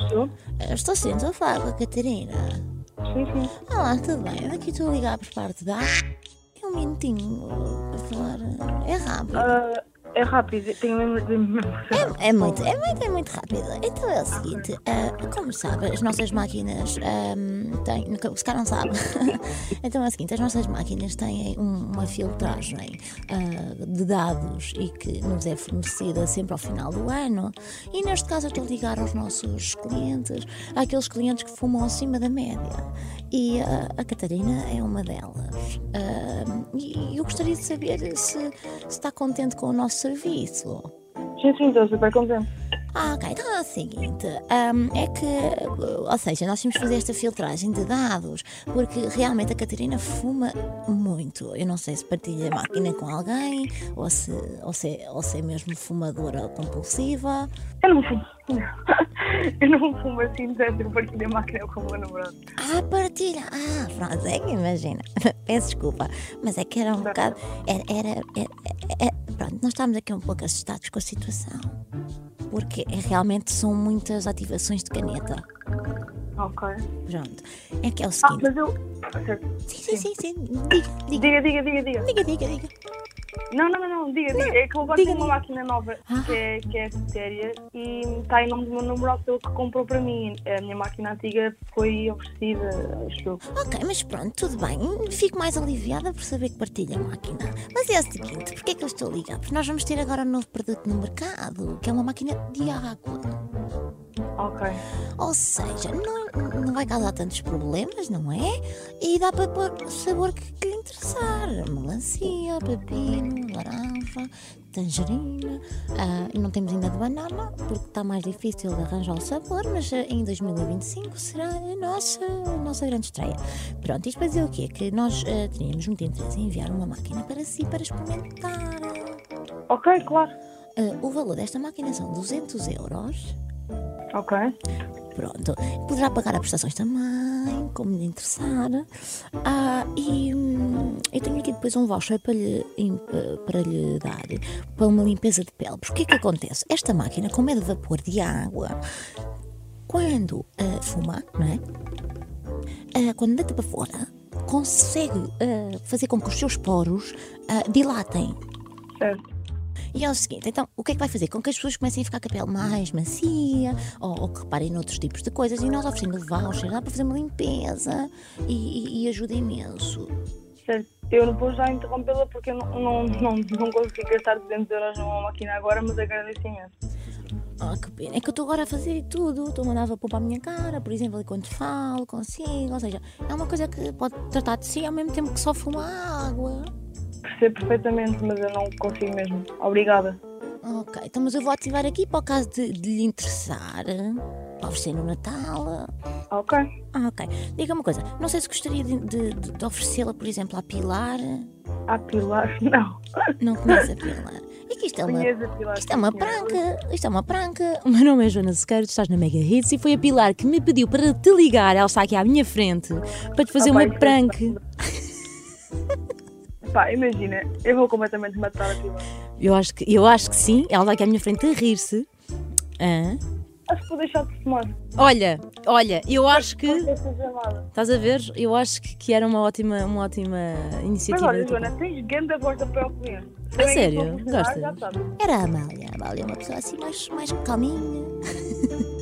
Estou? Eu Eh, Estou sim, estou a falar com a Catarina. Sim, sim. Olá, tudo bem? Eu aqui estou a ligar por parte da. É um minutinho uh, para falar. É rápido. Ah, é rápido, tenho mesmo de me É, é muito, é muito, é muito rápido. Então é o seguinte, ah, como sabe, as nossas máquinas ahm, têm. nunca- Se calhar não sabe. então é o seguinte, as nossas máquinas têm um- uma filtragem ah, de dados e que nos é fornecida sempre ao final do ano. E neste caso eu estou a ligar aos nossos clientes, àqueles clientes que fumam acima da média. E ah, a Catarina é uma delas. Ah, e e eu gostaria de saber se, se está contente com o nosso serviço. Sim, sim, estou super contente. Ah, ok. Então é o seguinte: ahm, é que, uh, ou seja, nós temos que fazer esta filtragem de dados, porque realmente a Catarina fuma muito. Eu não sei se partilha a máquina com alguém, ou se, ou se, ou se é mesmo fumadora compulsiva. Eu não fumo. Eu não fumo assim tanto, eu partilho a máquina é com o meu namorado. Ah, partilha! Ah, pronto, é que imagina. Peço desculpa, mas é que era um bocado. Era. era, era- era- pronto, nós estávamos aqui um pouco assustados com a situação, porque é, realmente são muitas ativações de caneta. Ok. Pronto, é que é o seguinte. Ah, mas eu. Certo. Sim, sim, sim, sim. Diga, diga, Diga, diga, diga, diga. diga, diga, diga. Não, não, não, não, diga, diga. É que eu agora diga, tenho uma diga. máquina nova Ah. que é, que é séria e está em nome do meu namorado pelo que comprou para mim. A minha máquina antiga foi oferecida, acho eu. Ok, mas pronto, tudo bem. Fico mais aliviada por saber que partilha a máquina. Mas é o seguinte, porquê é que eu estou a ligar? Porque nós vamos ter agora um novo produto no mercado, que é uma máquina de água. Ok. Ou seja, não, não vai causar tantos problemas, não é? E dá para pôr o sabor que, que lhe interessar. Melancia, pepino, laranja, tangerina. Ah, e não temos ainda de banana, porque está mais difícil de arranjar o sabor, mas ah, em 2025 será a nossa, a nossa grande estreia. Pronto, isto para dizer o quê? Que nós ah, teríamos muito interesse em enviar uma máquina para si para experimentar. Ok, claro. Ah, o valor desta máquina são 200 euros. Ok. Pronto, poderá pagar as prestações também, como lhe interessar. Ah, e hum, eu tenho aqui depois um voucher para lhe, im- eh, para lhe dar para uma limpeza de pele. Porque o que é que acontece? Esta máquina, como é de vapor de água, quando ah, fuma, não é? Ah, quando deita para fora, consegue ah, fazer com que os seus poros ah, dilatem. Certo. E é o seguinte, então, o que é que vai fazer? Com que as pessoas comecem a ficar com a pele mais macia ou, ou que reparem noutros tipos de coisas e nós oferecendo voucher, dá para fazer uma limpeza e, e- e ajuda imenso. Certo. Eu não vou já interrompê-la porque eu não, não, não, não consegui gastar 200 euros numa máquina agora, mas agradeço imenso. Ah, que pena. É que eu estou agora a fazer tudo, estou a mandar vapor para a minha cara, por exemplo, ali quando falo, consigo, ou seja, é uma coisa que pode tratar de si ao mesmo tempo que só fuma água. Percebo perfeitamente, mas eu não consigo mesmo. Obrigada. Ok, então mas eu vou ativar aqui para o caso de, de lhe interessar, para oferecer no Natal. Ok. Ah, ok. Diga uma coisa, não sei se gostaria de, de- de- de oferecê-la, por exemplo, à Pilar. Há Pilar? Não. Não conhece a Pilar. É que isto é uma. Conheço a Pilar. Isto é uma sim, senhora. pranca, isto é uma pranca. O meu nome é Joana Sequeiro, tu estás na Mega Hits e foi a Pilar que me pediu para te ligar, ela está aqui à minha frente, para te fazer Ah, pá, uma isso é pranca. Pá, imagina, eu vou completamente matar a Pilar. Eu acho, que, eu acho que sim, ela está aqui à minha frente a rir-se. Hã? Acho que vou deixar de fumar. Olha, olha, eu acho que. Não sei fazer nada. Estás a ver? Eu acho que, que era uma ótima, uma ótima Mas iniciativa. olha, da tua parte. Joana, tens grande a voz da para o cliente. A Se bem que sério? eu vou funcionar, Gostas? já sabes. Era a Amália. A Amália é uma pessoa assim mais, mais calminha.